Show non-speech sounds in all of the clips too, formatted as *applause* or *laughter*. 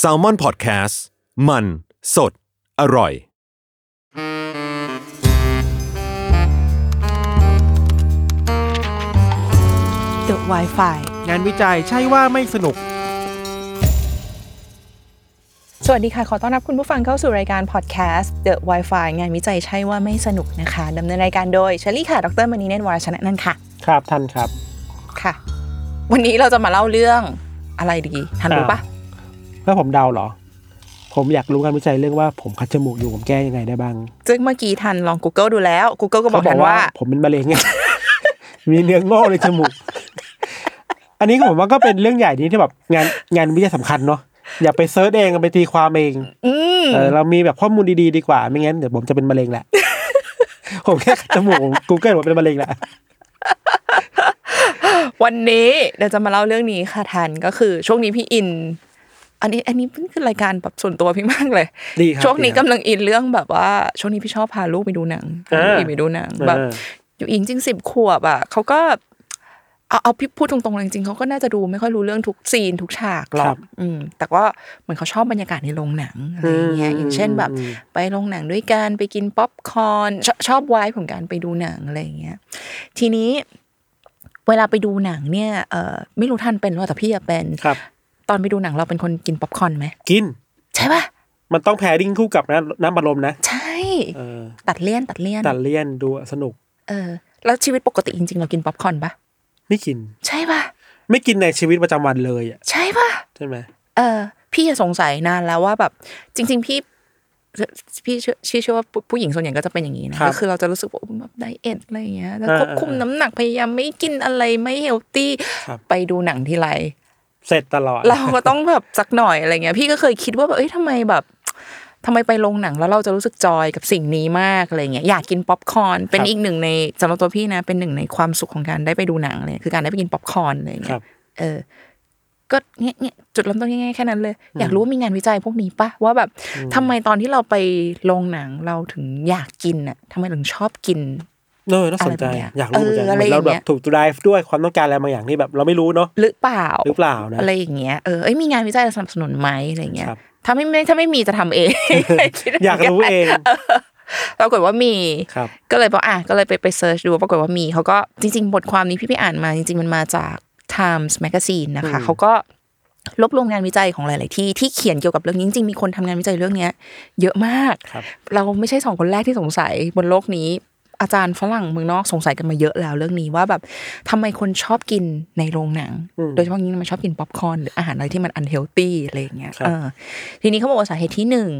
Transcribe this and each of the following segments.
s a l ม o n PODCAST มันสดอร่อย The Wi-Fi งานวิจัยใช่ว่าไม่สนุก สวัสดีค่ะ ขอต้อนรับคุณผู้ฟังเข้าสู่รายการพอดแคสต์ The Wi-Fi งานวิจัยใช่ว่าไม่สนุกนะคะดำเนินรายการโดยเชลี่ค่ะ ดรมณีเนตรวรชนะนันท์ค่ะ ครับท่านครับ ค่ะ วันนี้เราจะมาเล่าเรื่องอะไรดีทันรู้ปะ อ่ เพื่อผมเดาเหรอ ผมอยากรู้งานวิจัยเรื่องว่าผมคัดจมูกอยู่ผมแก้ยังไงได้บ้าง ซึ่งเมื่อกี้ทันลอง Google ดูแล้ว Google ก็บอกทันว่า ผมเป็นมะเร็ง *laughs* มีเนื้องอกในจมูก อันนี้ก็ผมว่าก็เป็นเรื่องใหญ่ที่แบบงานงานวิจัยสำคัญเนาะอย่าไปเซิร์ชเองไปตีความเอง อืม เออเรามีแบบข้อมูลดีๆดีกว่า ไม่งั้นเดี๋ยวผมจะเป็นมะเร็งแหละ *laughs* ผมแค่คัดจมูกกูเกิลผมเป็นมะเร็งแหละ วันนี้เราจะมาเล่าเรื่องนี้ค่ะทันก็คือช่วงนี้พี่อิน อันนี้อันนี้เพิ่งขึ้นรายการแบบส่วนตัวพี่มากเลย ดีครับ ช่วงนี้ ดีครั กำ บ ลังอินเรื่องแบบว่า ช่วงนี้พี่ชอบพาลูกไปดูหนัง อ่า พี่ไปดูหนังแบบ เออ อยู่อิงจริงสิบขวบอ่ะเขาก็เอาเอาพี่พูดตรงๆเลยจริงๆเขาก็น่าจะดูไม่ค่อยรู้เรื่องทุกซีนทุกฉากหร ครั อก บ อืม แต่ว่าเหมือนเขาชอบบรรยากาศในโรงหนังอะไรอย่างเงี้ย อืม อย่างเช่นแบบ อืม ไปโรงหนังด้วยกันไปกินป๊อปคอร์นชอบชอบไวายของการไปดูหนังอะไรอย่างเงี้ย ทีนี้ เวลาไปดูหนังเนี่ยเออไม่รู้ท่านเป็นหรือเปล่าแต่พี่อะเป็น ครับ ตอนไปดูหนังเราเป็นคนกินป๊อปคอร์นไหม กิน ใช่ปะ มันต้องแพรดิ้งคู่กับน้ำน้ำบัลลมนะ ใช่ เออ ตัดเลี่ยนตัดเลี่ยน ตัดเลี่ยนดูสนุก เออ แล้วชีวิตปกติจริง ๆ เรากินป๊อปคอร์นปะ ไม่กิน ใช่ปะ ไม่กินในชีวิตประจำวันเลยอ่ะ ใช่ปะ ใช่ไหม เออพี่จะสงสัยนานแล้วว่าแบบ จริง ๆ พี่พี่เชื่อพี่เชื่อว่าผู้ผู้หญิงส่วนใหญ่ก็จะเป็นอย่างนี้นะครับ ก็คือเราจะรู้สึกว่าอุ๊ยแบบไดเอทอะไรอย่างเงี้ยแล้ว อ่า ควบคุม อ่า น้ำหนักพยายามไม่กินอะไรไม่เฮลตี้ ครับ ไปดูหนังทีไร เสร็จตลอด เราก็ต้องแบบสักหน่อยอะไรเงี้ย พี่ก็เคยคิดว่าแบบเอ้ยทำไมแบบทำไมไปโรงหนังแล้วเราจะรู้สึกจอยกับสิ่งนี้มากอะไรเงี้ยอยากกินป๊อปคอร์นเป็น ครับ อีกหนึ่งในสำหรับตัวพี่นะ เป็นหนึ่งในความสุขของการได้ไปดูหนังเลยคือการได้ไปกินป๊อปคอร์นอะไร ค เงี้ รั ย บ เออ ก็เนี่ยเนี่ยจุดเริ่มต้นง่ายๆแค่นั้นเลย อยากรู้ว่ามีงานวิจัยพวกนี้ปะว่าแบบทำไมตอนที่เราไปโรงหนังเราถึงอยากกินอ่ะทำไมถึงชอบกิน เออน่าสนใจ อะไรแบบเนี้ย อยากรู้เหมือนกัน เอออะไร เหมือนเรา อ แบ ย่างเงี้ บ ย ถูกดライด้วยความต้องการอะไรบางอย่างที่แบบ เราไม่รู้เนาะ หรือเปล่า หรือเปล่านะ อะไรอย่างเงี้ย เออเอ้ยมีงานวิจัยสนับสนุนไหมอะไรเงี้ย ครับ ถ้าไม่ไม่ถ้าไม่มีจะทำเอง คิดเหมืนน *laughs* อยากรู้เอง *laughs* ปรากฏว่ามี ครับ ก็เลยบอกอ่ะ ก็เลยไปไปเซิร์ชดู ปรากฏว่ามี เขาก็จริง ๆ บทความนี้พี่ไปอ่านมา จริง ๆ มันมาจาก Times Magazine นะคะ อืม เขาก็รวบรวมงานวิจัยของหลาย ๆ ที่ที่เขียนเกี่ยวกับเรื่องนี้จริง ๆ มีคนทำงานวิจัยเรื่องเนี้ย เยอะมาก ครับ เราไม่ใช่สองคนแรกที่สงสัยบนโลกนี้ อาจารย์ฝรั่งเมืองนอกสงสัยกันมาเยอะแล้วเรื่องนี้ว่าแบบทำไมคนชอบกินในโรงหนัง อืม โดยเฉพาะอย่างยิ่งมันชอบกินป๊อปคอร์นหรืออาหารอะไรที่มันอันเฮลตี้อะไรอย่างเงี้ย ครับ เออทีนี้เขาบอกว่าสาเหตุที่หนึ่ง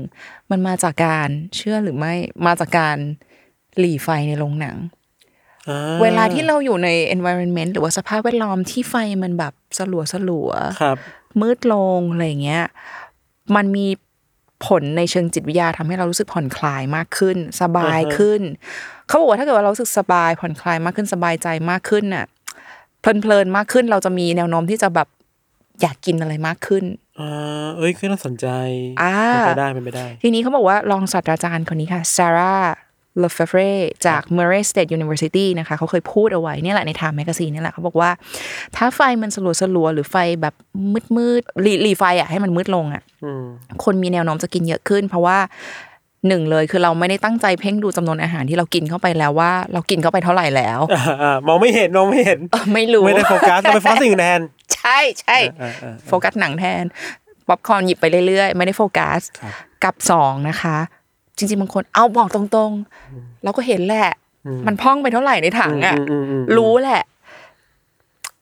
มันมาจากการเชื่อหรือไม่มาจากการหลีไฟในโรงหนัง อ่ เวลาที่เราอยู่ใน environment หรือว่าสภาพแวดล้อมที่ไฟมันแบบสลัวสลัวๆ ครับ มืดลงอะไรอย่างเงี้ย มันมีผลในเชิงจิตวิทยาทำให้เรารู้สึกผ่อนคลายมากขึ้น สบาย อ่าฮะ ขึ้น เขาบอกว่าถ้าเกิดว่าเรารู้สึกสบายผ่อนคลายมากขึ้นสบายใจมากขึ้นน่ะเพลินๆมากขึ้นเราจะมีแนวโน้มที่จะแบบอยากกินอะไรมากขึ้น อ่าเอ้ยก็น่าสนใจ อ่า เป็นไปได้เป็นไปได้ ทีนี้เขาบอกว่ารองศาสตราจารย์คนนี้ค่ะซาร่าเลฟเฟรจาก Murray State University นะคะเขาเคยพูดเอาไว้เนี่ยแหละใน Time Magazine เนี่ยแหละเขาบอกว่า ถ้าไฟมันสลัวสลัวๆหรือไฟแบบมืดๆหลีหลีไฟอ่ะให้มันมืดลงอ่ะ อืม คนมีแนวโน้มจะกินเยอะขึ้น เพราะว่าหนึ่งเลยคือเราไม่ได้ตั้งใจเพ่งดูจำนวนอาหารที่เรากินเข้าไปแล้วว่า เรากินเข้าไปเท่าไหร่แล้ว *laughs* อ่าอ่ามองไม่เห็นมองไม่เห็น เออไม่รู้ ไม่ได้โฟกัสเราไปโฟกัสสิ่งอื่นแทน ใช่ใช่ อ่าอ่า โฟกัสหนังแทนป๊อปคอร์นหยิบไปเรื่อยๆ ไม่ได้โฟกัส ครับ กับสองนะคะ จริง ๆ บางคนเอาบอกตรงๆ เราก็เห็นแหละ มันพ่องไปเท่าไหร่ในถังอ่ะ มมม รู้แหละ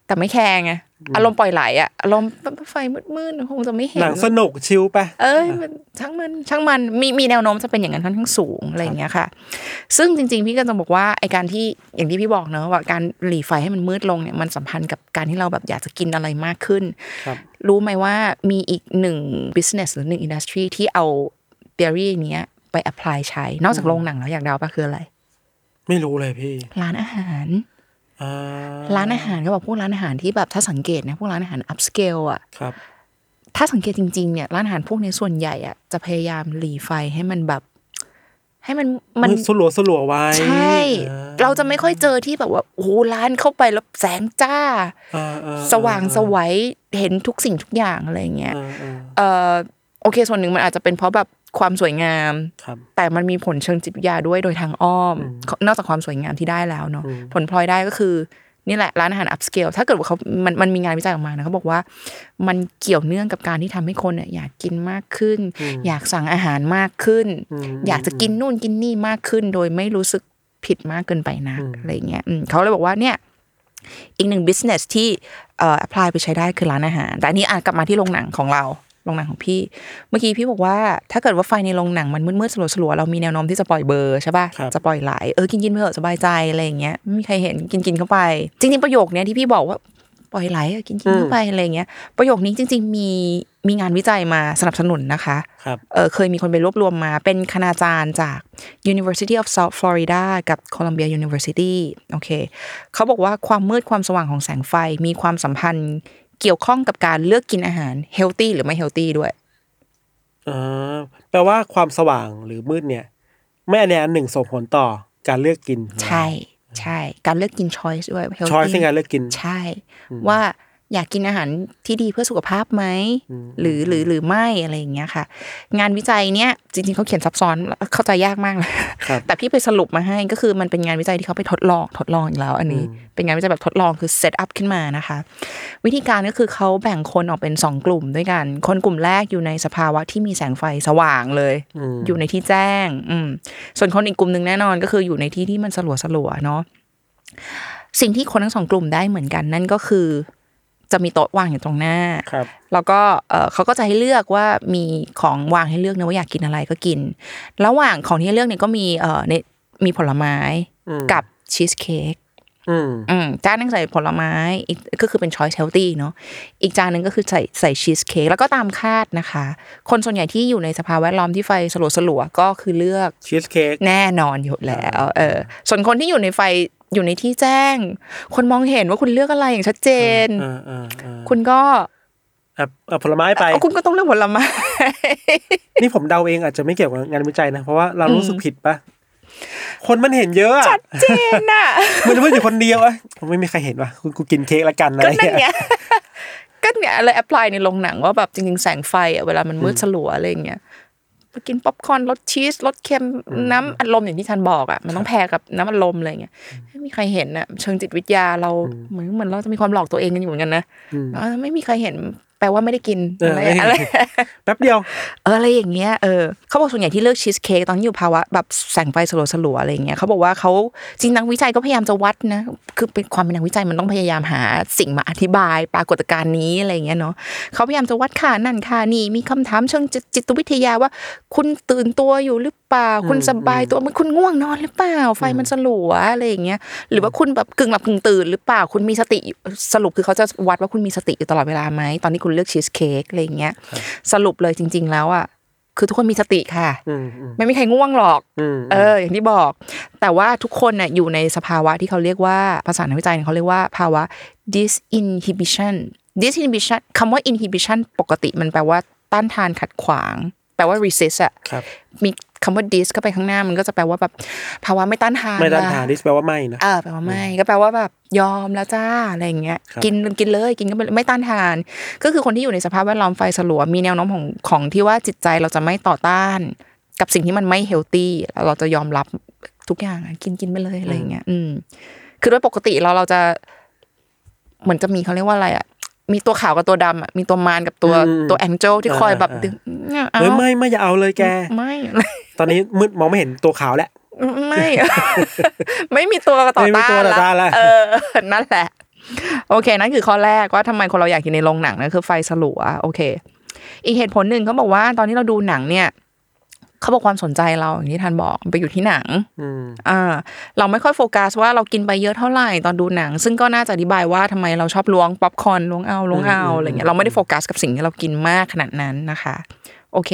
แต่ไม่แคร์ไงอารมณ์ปล่อยไหลอะอารมณ์ไฟมืดๆคงจะไม่เห็น หนังสนุกชิลไป เอ้ยมันช่างมันช่างมันมีมีแนวโน้มจะเป็นอย่างนั้นค่อนข้างสูงอะไรอย่างเงี้ยค่ะ ซึ่งจริง ๆ พี่ก็จะบอกว่าไอการที่อย่างที่พี่บอกเนอะว่าการหลีไฟให้มันมืดลงเนี่ยมันสัมพันธ์กับการที่เราแบบอยากจะกินอะไรมากขึ้น ครับ รู้ไหมว่ามีอีกหนึ่ง business หรือหนึ่ง industry ที่เอา theory เนี้ยไป apply ใช้ นอกจากโรงหนังแล้วอยากเดาปะคืออะไร ไม่รู้เลยพี่ ร้านอาหาร อ่า ร้านอาหารก็บอกพวกร้านอาหารที่แบบถ้าสังเกตนะพวกร้านอาหาร upscale อะ ครับ ถ้าสังเกตจริงๆเนี่ยร้านอาหารพวกเนี้ยส่วนใหญ่อะจะพยายามหลีไฟให้มันแบบ ให้มันมัน สลัวสลัวๆไว้ ใช่ เราจะไม่ค่อยเจอที่แบบว่า โอ้โหร้านเข้าไปแล้วแสงจ้า อ่าอ่อ่ สว่างสวัยเห็นทุกสิ่งทุกอย่างอะไรอย่างเงี้ย อ่าอ่า เอ่อโอเคส่วนหนึ่งมันอาจจะเป็นเพราะแบบความสวยงาม ครับ แต่มันมีผลเชิงจิตวิทยาด้วยโดยทางอ้อม นอกจากความสวยงามที่ได้แล้วเนาะผลพลอยได้ก็คือนี่แหละร้านอาหารอัพสเกลถ้าเกิดว่าเขามันมันมีงานวิจัยออกมานะเขาบอกว่า มันเกี่ยวเนื่องกับการที่ทำให้คนเนี่ยอยากกินมากขึ้น อยากสั่งอาหารมากขึ้น อยากจะกินนู่นกินนี่มากขึ้น โดยไม่รู้สึกผิดมากเกินไปนะอะไรเงี้ยอืมเขาเลยบอกว่าเนี่ย อีกหนึ่ง business ที่เอ่อ apply ไปใช้ได้คือร้านอาหาร แต่อันนี้อ่ะกลับมาที่โรงหนังของเรา โรงหนังของพี่ เมื่อกี้พี่บอกว่า ถ้าเกิดว่าไฟในโรงหนังมันมืดๆสลัวๆเรามีแนวโน้มที่จะปล่อยเบอร์ใช่ป่ะ ครับ จะปล่อยไหลเออ กินกินๆไปเถอะสบายใจอะไรอย่างเงี้ยไม่มีใครเห็นกินกินๆเข้าไป จริง ๆ ประโยคเนี้ยที่พี่บอกว่าปล่อยไหลกินกินๆเข้าไปอะไรอย่างเงี้ย ประโยคนี้จริง ๆ มีมีงานวิจัยมาสนับสนุนนะคะ ครับ เออเคยมีคนไปรวบรวมมาเป็นคณาจารย์จาก University of South Florida กับ Columbia University โอเคเขาบอกว่าความมืดความสว่างของแสงไฟมีความสัมพันธ์เกี่ยวข้องกับการเลือกกินอาหารเฮลตี้หรือไม่เฮลตี้ด้วย อ่าแปลว่าความสว่างหรือมืดเนี่ย ไม่อันใดอันหนึ่งส่งผลต่อการเลือกกิน ใช่ใช่การเลือกกิน choice ด้วย healthy ช้อยในการเลือกกิน ใช่ ว่าอยากกินอาหารที่ดีเพื่อสุขภาพไหม หรือหรือหรือไม่อะไรอย่างเงี้ยค่ะ งานวิจัยเนี้ยจริงๆเขาเขียนซับซ้อนเข้าใจยากมากเลย ครับ แต่พี่ไปสรุปมาให้ก็คือมันเป็นงานวิจัยที่เขาไปทดลองทดลองอีกแล้ว อันนี้เป็นงานวิจัยแบบทดลองคือเซตอัพขึ้นมานะคะ วิธีการก็คือเขาแบ่งคนออกเป็น 2 กลุ่มด้วยกัน คนกลุ่มแรกอยู่ในสภาวะที่มีแสงไฟสว่างเลย อยู่ในที่แจ้งอืมส่วนคนอีกกลุ่มหนึ่งแน่นอนก็คืออยู่ในที่ที่มันสลัวสลัวๆเนาะ สิ่งที่คนทั้งสองกลุ่มได้เหมือนกันนั่นก็คือ จะมีโต๊ะวางอยู่ตรงหน้า ครับ แล้วก็เอ่อเขาก็จะให้เลือกว่ามีของวางให้เลือกนะว่าอยากกินอะไรก็กิน ระหว่างของที่ให้เลือกเนี่ยก็มีเอ่อในมีผลไม้ อืม กับชีสเค้ก อืม อืมจานหนึงใส่ผลไม้อีกก็คือเป็นช้อยเชลตี้เนาะอีกจานหนึงก็คือใส่ใส่ชีสเค้กแล้วก็ตามคาดนะคะ คนส่วนใหญ่ที่อยู่ในสภาพแวดล้อมที่ไฟสลัวสลัวๆก็คือเลือก ชีสเค้ก แน่นอนอยู่แล้วเออส่วนคนที่อยู่ในไฟอยู่ในที่แจ้ง คนมองเห็นว่าคุณเลือกอะไรอย่างชัดเจน อ่าอ่าอ่า คุณก็ อ่ะอ่ะผลไม้ไป เอาคุณก็ต้องเลือกผลไม้ *laughs* นี่ผมเดาเองอาจจะไม่เกี่ยวกับงานวิจัยนะ เพราะว่าเรารู้สึกผิดปะคนมันเห็นเยอะอะ ชัดเจนน่ะ มันมันอยู่คนเดียวอะไม่มีใครเห็นว่ะกูกูกินเค้กละกันอะไร ก็นั่นไง *laughs* เงี้ย ก็เนี่ยเลยแอพพลายในโรงหนังว่าแบบจริงๆ แสงไฟอะเวลามันมืดสลัวอะไรอย่างเงี้ยไปกินป๊อปคอร์นรสชีสรสเค็มน้ำอัดลมอย่างที่ทันบอกอ่ะมันต้องแพรกับน้ำอัดลมอะไรอย่างเงี้ยไม่มีใครเห็นอ่ะเชิงจิตวิทยาเราเหมือนเหมือนเราจะมีความหลอกตัวเองกันอยู่เหมือนกันนะเออไม่มีใครเห็นแปลว่าไม่ได้กิน เออ อะไรอะไร แป๊บเดียว เอออะไรอย่างเงี้ยเออเขาบอกส่วนใหญ่ที่เลือกชีสเค้กตอนที่อยู่ภาวะแบบแสงไฟสลัวสลัวๆอะไรอย่างเงี้ยเขาบอกว่าเขาจริงนักวิจัยก็พยายามจะวัดนะคือเป็นความเป็นนักวิจัยมันต้องพยายามหาสิ่งมาอธิบายปรากฏการณ์นี้อะไรอย่างเงี้ยเนาะเขาพยายามจะวัดค่านั่นค่านี่มีคำถามเชิงจิตจิตวิทยาว่า คุณตื่นตัวอยู่หรือเปล่า คุณสบายตัวไหมคุณง่วงนอนหรือเปล่า ไฟมันสลัวอะไรอย่างเงี้ยหรือว่าคุณแบบกึ่งหลับกึ่งตื่นหรือเปล่าคุณมีสติสรุปคือเขาจะวัดว่าคุณมีสติอยู่ตลอดเวลาไหมตอนที่คุณเลือกชีสเค้กอะไรอย่างเงี้ย สรุปเลยจริง ๆ แล้วอ่ะคือทุกคนมีสติค่ะ อืมอืม ไม่มีใครง่วงหรอก อืม เออ อย่างที่บอก แต่ว่าทุกคนน่ะอยู่ในสภาวะที่เขาเรียกว่าภาษานักวิจัยเนี่ยเขาเรียกว่าภาวะ disinhibition disinhibition คำว่า inhibition ปกติมันแปลว่าต้านทานขัดขวาง แปลว่า resist อะ ครับ มีคำว่า dis ก็ไปข้างหน้ามันก็จะแปลว่าแบบภาวะไม่ต้านทาน ไม่ด้าน อะ ทานดิสแปลว่าไม่นะ เออแปลว่าไม่ก็แปลว่าแบบยอมแล้วจ้าอะไรอย่างเงี้ย ครับ กินกินเลยกินก็ไม่ไม่ต้านทาน ก็คือคนที่อยู่ในสภาพแวดล้อมไฟสลัวมีแนวโน้มของของที่ว่าจิตใจเราจะไม่ต่อต้าน กับสิ่งที่มันไม่เฮลตี้เราจะยอมรับทุกอย่างอะกินกินไปเลยอะไรอย่างเงี้ยอืมคือโดยปกติเราเราจะเหมือนจะมีเขาเรียกว่าอะไรอ่ะมีตัวขาวกับตัวดำอะมีตัวมารกับตัวตัวแองเจลที่คอยแบบดึงเอา เฮ้ยไม่ไม่อย่าเอาเลยแก ไม่ ตอนนี้มืดมองไม่เห็นตัวขาวแล้ว ไม่ *laughs* ไม่มีตัวต่อ ไม่มี ต้าน ตัวต่อต้านละ เออ นั่นแหละ โอเค นั่นคือข้อแรกว่าทำไมคนเราอยากกินในโรงหนังนั่นคือไฟสลัวโอเค อีกเหตุผลหนึ่งเขาบอกว่าตอนที่เราดูหนังเนี่ย เขาบอกความสนใจเราอย่างที่ทันบอกมันไปอยู่ที่หนัง อืม อ่าเราไม่ค่อยโฟกัสว่าเรากินไปเยอะเท่าไหร่ตอนดูหนัง ซึ่งก็น่าจะอธิบายว่าทำไมเราชอบล้วงป๊อปคอร์นล้วงเอาล้วงเอาอะไรเงี้ยเราไม่ได้โฟกัสกับสิ่งที่เรากินมากขนาดนั้นนะคะ โอเค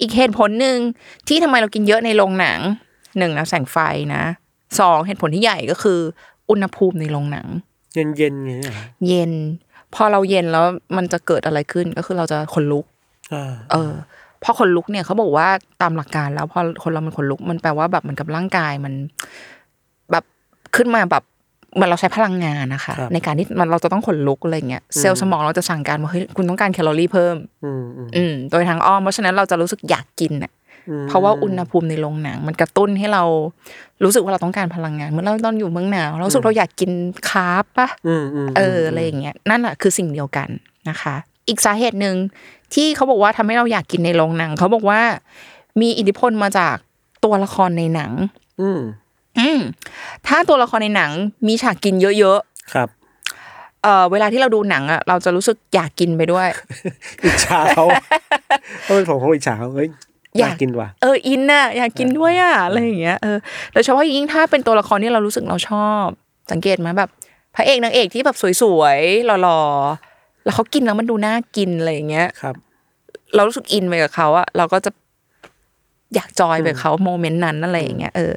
อีกเหตุผลหนึ่งที่ทำไมเรากินเยอะในโรงหนังหนึ่งนะแสงไฟนะสองเหตุผลที่ใหญ่ก็คือ อุณหภูมิในโรงหนัง เย็นเย็นๆอย่างเงี้ยเหรอ เย็น พอเราเย็นแล้วมันจะเกิดอะไรขึ้นก็คือเราจะขนลุก อ่า เออ พอขนลุกเนี่ยเขาบอกว่าตามหลักการแล้วพอคนเรามันขนลุกมันแปลว่าแบบเหมือนกับร่างกายมัน แบบขึ้นมาแบบเหมือนเราใช้พลังงานนะคะ ครับ ในการที่มันเราจะต้องขนลุกอะไรเงี้ยเซลล์สมองเราจะสั่งการว่าเฮ้ยคุณต้องการแคลอรี่เพิ่ม อืมอืม อืมโดยทางอ้อมเพราะฉะนั้นเราจะรู้สึกอยากกินอ่ะ อืม เพราะว่าอุณหภูมิในโรงหนัง มันกระตุ้นให้เรารู้สึกว่าเราต้องการพลังงานเหมื่อนเราตอนอยู่เมืองหนาวเรารู้สึกเราอยากกินคาร์บปะ อืมอืม เอออะไรอย่างเงี้ยนั่นแหละคือสิ่งเดียวกันนะคะ อีกสาเหตุหนึ่งที่เขาบอกว่าทำให้เราอยากกินในโรงหนัง เขาบอกว่ามีอิทธิพลมาจากตัวละครในหนัง อืม อืมถ้าตัวละครในหนังมีฉากกินเยอะ ครับ ๆเออเวลาที่เราดูหนังอ่ะเราจะรู้สึกอยากกินไปด้วย อิจฉา *laughs* เขาเออผมเขาอิจฉาเขาเฮ้ยออายยาก กกินว่ะ เอออินน่ะอยากกินด้วยอ่ะอะไรอย่างเงี้ยเออโดยเฉพาะยิ่งถ้าเป็นตัวละครที่เรารู้สึกเราชอบ สังเกตไหมแบบ พระเอกนางเอกที่แบบสวยๆหล่อๆแล้วเขากินแล้วมันดูน่ากินอะไรอย่างเงี้ย ครับ เรารู้สึกอินไปกับเขาอะเราก็จะอยากจอยไปกับเขาโมเมนต์นั้นอะไรอย่างเงี้ยเออ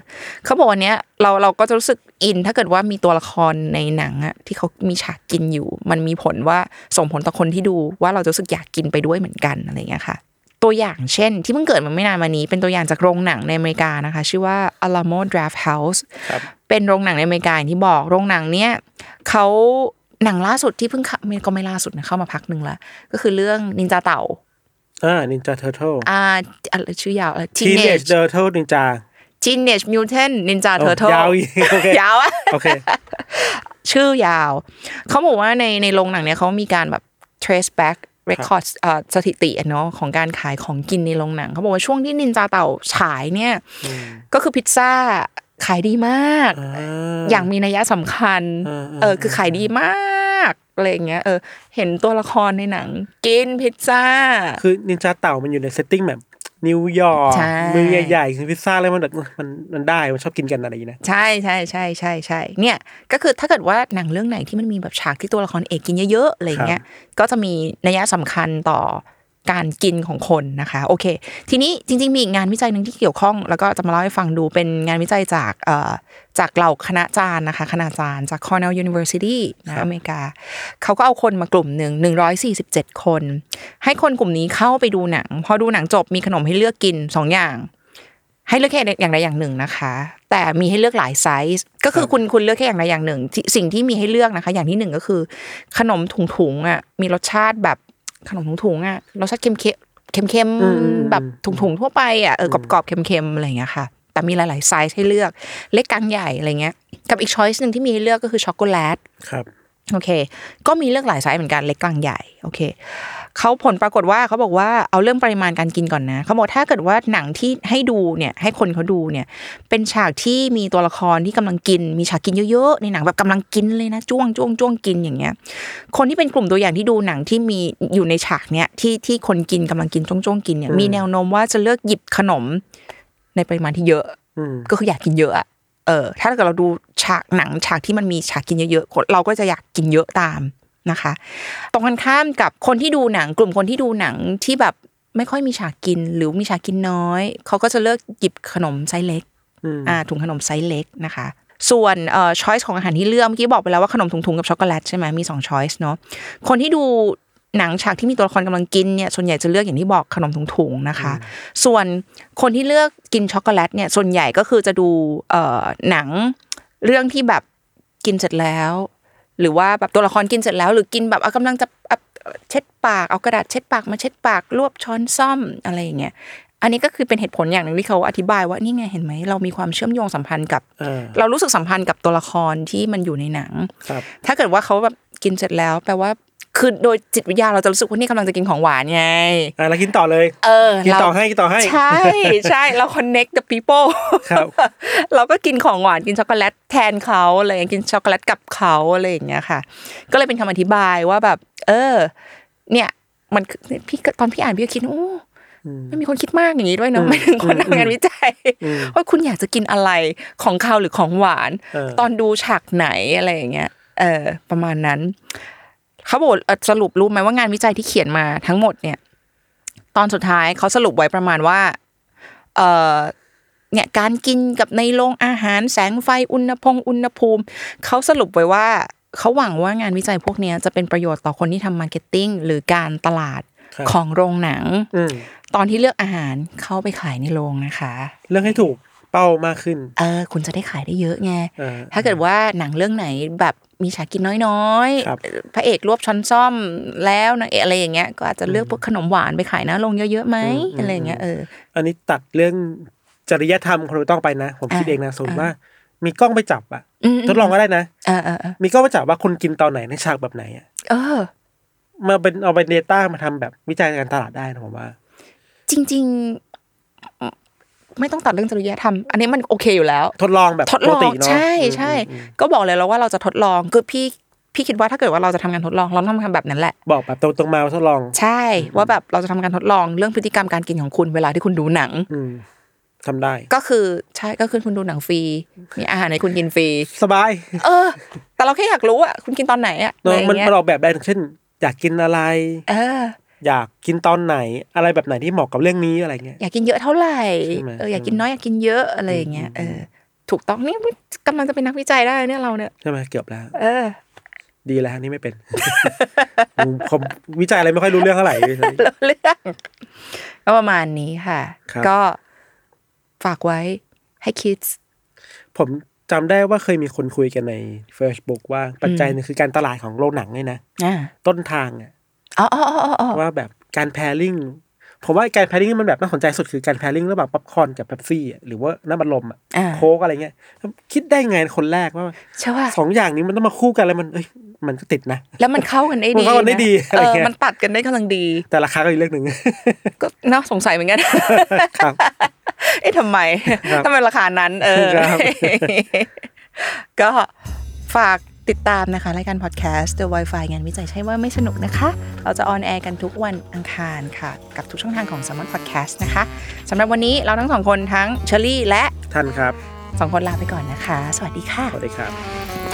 เขาบอกวันเนี้ยเราเราก็จะรู้สึกอินถ้าเกิดว่ามีตัวละครในหนังอะที่เขามีฉากกินอยู่ มันมีผลว่าส่งผลต่อคนที่ดูว่าเราจะรู้สึกอยากกินไปด้วยเหมือนกันอะไรอย่างเงี้ยค่ะ ตัวอย่างเช่น ที่เพิ่งเกิดมาไม่นานมานี้ เป็นตัวอย่างจากโรงหนังในอเมริกานะคะ ชื่อว่า Alamo Draft House ครับ เป็นโรงหนังในอเมริกาอย่างที่บอกโรงหนังเนี้ยเขาหนังล่าสุดที่เพิ่งเข้าก็ไม่ล่าสุดนะเข้ามาพักหนึ่งละก็คือเรื่องนินจาเต่า อ่านินจาเทอร์เทิล อ่าอะไรชื่อยาวอะไร ทีเนจ teenage เทอร์เทิลนินจา teenage mutant ninja โอ้ turtle ยาวอีก *laughs* โอเค *laughs* ยาวอะ โอเค ชื่อยาว เขาบอกว่าในในโรงหนังเนี่ยเขามีการแบบ trace back record เอ่อสถิติอะเนาะของการขายของกินในโรงหนัง เขาบอกว่าช่วงที่นินจาเต่าฉายเนี่ย *laughs* ก็คือพิซซ่าขายดีมาก อย่างมีนัยสำคัญ อ่าอ่า เออ คือขายดีมากอะไรอย่างเงี้ย เออ เห็นตัวละครในหนัง กินพิซซ่า คือนินจาเต่ามันอยู่ในเซตติ้งแบบนิวยอร์ก ใช่ เมืองใหญ่ๆคือพิซซ่าอะไรมันแบบมันมันได้มันชอบกินกันอะไรอย่างนี้นะ ใช่ใช่ใช่ใช่ใช่เนี่ยก็คือถ้าเกิดว่าหนังเรื่องไหนที่มันมีแบบฉากที่ตัวละครเอกกินเยอะๆอะไรอย่างเงี้ยก็จะมีนัยสำคัญต่อการกินของคนนะคะโอเค ทีนี้จริง ๆ มีอีกงานวิจัยหนึ่งที่เกี่ยวข้อง แล้วก็จะมาเล่าให้ฟังดูเป็นงานวิจัยจากเอ่อจากเหล่าคณะจารย์นะคะ คณาจารย์จาก Cornell University นะอเมริกา เขาก็เอาคนมากลุ่มหนึ่ง147 คน ให้คนกลุ่มนี้เข้าไปดูหนัง พอดูหนังจบมีขนมให้เลือกกินสองอย่าง ให้เลือกแค่อย่างใดอย่างหนึ่งนะคะ แต่มีให้เลือกหลายไซส์ก็คือ ครับ คุณคุณเลือกแค่อย่างใดอย่างหนึ่งที่สิ่งที่มีให้เลือกนะคะ อย่างที่หนึ่งก็คือ ขนมถุงถุงๆอ่ะมีรสชาติแบบขนมถุงถุงๆอ่ะรสชาติเค็มเค็มๆเค็มๆแบบถุงถุงๆทั่วไปอ่ะเออกรอบกรอบๆเค็มเค็มๆอะไรอย่างเงี้ยค่ะ แต่มีหลายๆไซส์ให้เลือกเล็กกลางใหญ่อะไรเงี้ยกับอีกช้อยส์หนึ่งที่มีให้เลือกก็คือช็อกโกแลต ครับ โอเค ก็มีเลือกหลายไซส์เหมือนกันเล็กกลางใหญ่ โอเค เขาผลปรากฏว่าเขาบอกว่าเอาเรื่องปริมาณการกินก่อนนะ เขาบอกถ้าเกิดว่าหนังที่ให้ดูเนี่ยให้คนเขาดูเนี่ย เป็นฉากที่มีตัวละครที่กำลังกิน มีฉากกินเยอะๆ ในหนังแบบกำลังกินเลยนะจ้วงจ้วงจ้วงกินอย่างเงี้ย คนที่เป็นกลุ่มตัวอย่างที่ดูหนังที่มีอยู่ในฉากเนี้ยที่ที่คนกินกำลังกินจ้วงจ้วงกินเนี่ยมีแนวโน้มว่าจะเลือกหยิบขนมในปริมาณที่เยอะ อืม ก็คืออยากกินเยอะอะเออ ถ้าเกิดเราดูฉากหนังฉากที่มันมีฉากกินเยอะๆคนเราก็จะอยากกินเยอะตามนะคะ ตรงกันข้ามกับคนที่ดูหนัง กลุ่มคนที่ดูหนังที่แบบไม่ค่อยมีฉากกินหรือมีฉากกินน้อย เขาก็จะเลือกหยิบขนมไซส์เล็ก อืม อ่าถุงขนมไซส์เล็กนะคะ ส่วนเอ่อช้อยส์ของอาหารที่เลือกเมื่อกี้บอกไปแล้วว่าขนมถุงๆกับช็อกโกแลตใช่ไหมมีสองช้อยส์เนาะคนที่ดูหนังฉากที่มีตัวละครกำลังกินเนี่ยส่วนใหญ่จะเลือกอย่างที่บอกขนมถุงๆนะคะ ส่วนคนที่เลือกกินช็อกโกแลตเนี่ยส่วนใหญ่ก็คือจะดูเอ่อหนังเรื่องที่แบบกินเสร็จแล้ว หรือว่าแบบตัวละครกินเสร็จแล้ว หรือกินแบบเอากำลังจะเอาเช็ดปากเอากระดาษเช็ดปากมาเช็ดปากรวบช้อนซ่อมอะไรอย่างเงี้ย อันนี้ก็คือเป็นเหตุผลอย่างหนึ่งที่เขาอธิบายว่านี่ไงเห็นไหมเรามีความเชื่อมโยงสัมพันธ์กับ เออ เรารู้สึกสัมพันธ์กับตัวละครที่มันอยู่ในหนัง ครับ ถ้าเกิดว่าเขาแบบกินเสร็จแล้ว แปลว่าคือโดยจิตวิทยาเราจะรู้สึกว่านี่กำลังจะกินของหวานไง อ่ะแล้วกินต่อเลย เออ กิน เรา ต่อให้กินต่อให้ ใช่ใช่เรา connect the people ครับ เราก็กินของหวานกินช็อกโกแลตแทนเขาอะไรอย่างเงี้ยกินช็อกโกแลตกับเขาอะไรอย่างเงี้ยค่ะ ก็เลยเป็นคำอธิบายว่าแบบ เออ เนี่ยมันคือพี่ก็ตอนพี่อ่านพี่ก็คิดโอ้ไม่มีคนคิดมากอย่างนี้ด้วยเนาะไม่ถึงคนทำงานวิจัย ว่าคุณอยากจะกินอะไรของข้าวหรือของหวาน เออ ตอนดูฉากไหนอะไรอย่างเงี้ยเออ ประมาณนั้น เขาบอกเอ่อสรุปรู้ไหมว่างานวิจัยที่เขียนมาทั้งหมดเนี่ย ตอนสุดท้ายเขาสรุปไว้ประมาณว่า เออเนี่ยการกินกับในโรงอาหารแสงไฟอุณหพงอุณหภูมิ เขาสรุปไว้ว่า เขาหวังว่างานวิจัยพวกเนี้ยจะเป็นประโยชน์ต่อคนที่ทำมาร์เก็ตติ้งหรือการตลาด ครับ ของโรงหนัง อืม ตอนที่เลือกอาหารเข้าไปขายในโรงนะคะ เรื่องให้ถูกเป้ามากขึ้น เออคุณจะได้ขายได้เยอะไง อ่า ถ้าเกิดว่าหนังเรื่องไหนแบบมีฉากกินน้อย ครับ ๆ พระเอกรวบช้อนซ่อมแล้วนางเอกอะไรอย่างเงี้ย ก็อาจจะเลือกพวกขนมหวานไปขายหนะลงเยอะๆไหมอะไรอย่างเงี้ยเออ อันนี้ตัดเรื่องจริยธรรมคนต้องไปนะ ผมคิด อ่า เองนะสมมติ อ่า ว่า มีกล้องไปจับอะ อืม ทดลองก็ได้นะ เออเออเออ มีกล้องไปจับว่าคุณกินตอนไหนในฉากแบบไหนอะ เออ มาเป็นเอาเป็นเดต้ามาทำแบบวิจัยการตลาดได้นะผมว่า จริงๆ ไม่ต้องตัดเรื่องจริยธรรม อันนี้มันโอเคอยู่แล้ว ทดลองแบบ ทดลอ ปกติ ง เนอะ ใช่ใช่ อืมอืม ก็บอกเลยแล้วว่าเราจะทดลองคือพี่พี่คิดว่าถ้าเกิดว่าเราจะทำงานทดลองเราต้องทำแบบนั้นแหละ บอกแบบตรงๆมาว่าทดลอง ใช่ว่าแบบเราจะทำการทดลองเรื่องพฤติกรรมการกินของคุณเวลาที่คุณดูหนัง อืมทำได้ ก็คือใช่ก็คือคุณดูหนังฟรีมีอาหารให้คุณกินฟรี สบาย เออ แต่เราแค่อยากรู้อ่ะคุณกินตอนไหนอ่ะอะไรอเนาะย่าง มัน เงี้ย มันออกแบบได้เช่น อยากกินอะไร เออ อยากกินตอนไหน อะไรแบบไหนที่เหมาะกับเรื่องนี้อะไรเงี้ย อยากกินเยอะเท่าไหร่ ใช่ไหม เอออยากกินน้อยอยากกินเยอะอะไรอย่างเงี้ย อืม เออ ถูกต้องนี่กำลังจะเป็นนักวิจัยได้เนี่ยเราเนี่ย ใช่ไหมเกือบแล้ว เออ *laughs* ดีแล้วนี่ไม่เป็น *laughs* ผมผมวิจัยอะไรไม่ค่อยรู้เรื่องเท่าไหร่ *laughs* เลย แล้วเรื่องก็ประมาณนี้ค่ะ ครับ ก็ฝากไว้ให้คิด ผมจำได้ว่าเคยมีคนคุยกันใน Facebook ว่าปัจจัยหนึงคือการตลาดของโรงหนังเนี่ยนะ อ่า ต้นทางอะ อ๋ออ๋ออ๋ออ๋อ ว่าแบบการแพริงผมว่าการแพริงมันแบบน่าสนใจสุดคือการแพริงระหว่างป๊อปคอร์นกับเป๊ปซี่อะหรือว่าน้ำบัลลมอะ อ่า โค้กอะไรเงี้ยคิดได้ไงคนแรกว่า ใช่ป่ะ สองอย่างนี้มันต้องมาคู่กันแล้วมันเอ้ยมันก็ติดนะ แล้วมันเข้ากันได้ มั ดี นเข้ากันได้ ะ ดีอะ เอ ไร อ เงี้ย มันตัดกันได้กำลังดี แต่ราคาก็อีกเรื่องหนึ่ง *laughs* ก็น่าสงสัยเหมือนกัน ครับ เอ๊ะ *laughs* ทำไม ครับ ทำไมราคานั้น เออ ครับ *laughs* ก็ฝากติดตามนะคะ รายการพอดแคสต์ The Wi-Fi งานวิจัยใช่ว่าไม่สนุกนะคะ เราจะออนแอร์กันทุกวันอังคารค่ะ กับทุกช่องทางของ s ซ m o n Podcast นะคะสำหรับวันนี้เราทั้งสองคนทั้งเชอรี่และ ท่านครับ สองคนลาไปก่อนนะคะ สวัสดีค่ะ สวัสดีครับ